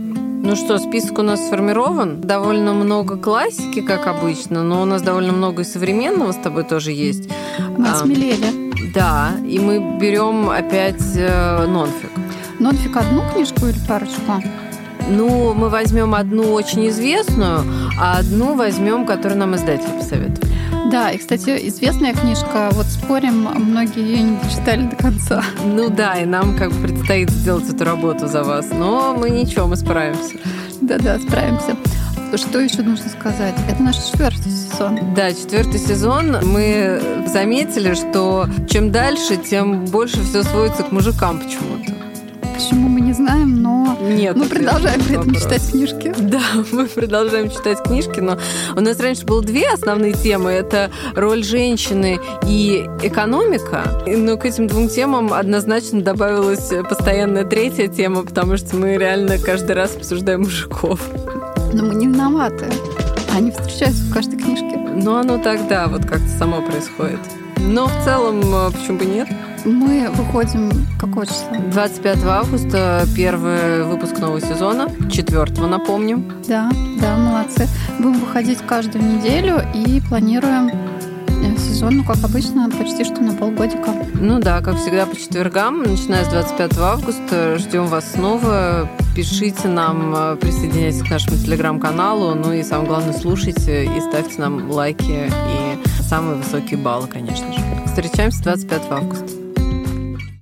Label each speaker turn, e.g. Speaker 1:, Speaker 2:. Speaker 1: Ну что, список у нас сформирован. Довольно много классики, как обычно, но у нас довольно много и современного с тобой тоже есть.
Speaker 2: Мы
Speaker 1: А,
Speaker 2: осмелели.
Speaker 1: Да, и мы берем опять э, нонфик.
Speaker 2: Нонфик одну книжку или парочку?
Speaker 1: Ну, мы возьмем одну очень известную, а одну возьмем, которую нам издатель посоветовал.
Speaker 2: Да, и, кстати, известная книжка, вот спорим, многие ее не дочитали до конца.
Speaker 1: Ну да, и нам как бы предстоит сделать эту работу за вас, но мы ничего, мы справимся.
Speaker 2: Да-да, справимся. Что еще нужно сказать? Это наш четвертый сезон.
Speaker 1: Да, четвертый сезон мы заметили, что чем дальше, тем больше все сводится к мужикам почему-то.
Speaker 2: Почему мы не знаем, но
Speaker 1: Нет.
Speaker 2: мы
Speaker 1: ответа
Speaker 2: продолжаем
Speaker 1: на
Speaker 2: при этом
Speaker 1: вопрос.
Speaker 2: читать книжки.
Speaker 1: Да, мы продолжаем читать книжки, но у нас раньше было две основные темы. Это роль женщины и экономика. Но к этим двум темам однозначно добавилась постоянная третья тема, потому что мы реально каждый раз обсуждаем мужиков.
Speaker 2: Но мы не виноваты. Они встречаются в каждой книжке.
Speaker 1: Но оно тогда вот как-то само происходит. Но в целом, э, почему бы нет?
Speaker 2: Мы выходим какого числа?
Speaker 1: 25 августа первый выпуск нового сезона, четвертого, напомню.
Speaker 2: Да, да, молодцы. Будем выходить каждую неделю и планируем э, сезон, ну, как обычно, почти что на полгодика.
Speaker 1: Ну да, как всегда, по четвергам, начиная с 25 августа. Ждем вас снова. Пишите нам, э, присоединяйтесь к нашему телеграм-каналу. Ну и самое главное, слушайте и ставьте нам лайки и самые высокие баллы, конечно же. Встречаемся 25 августа.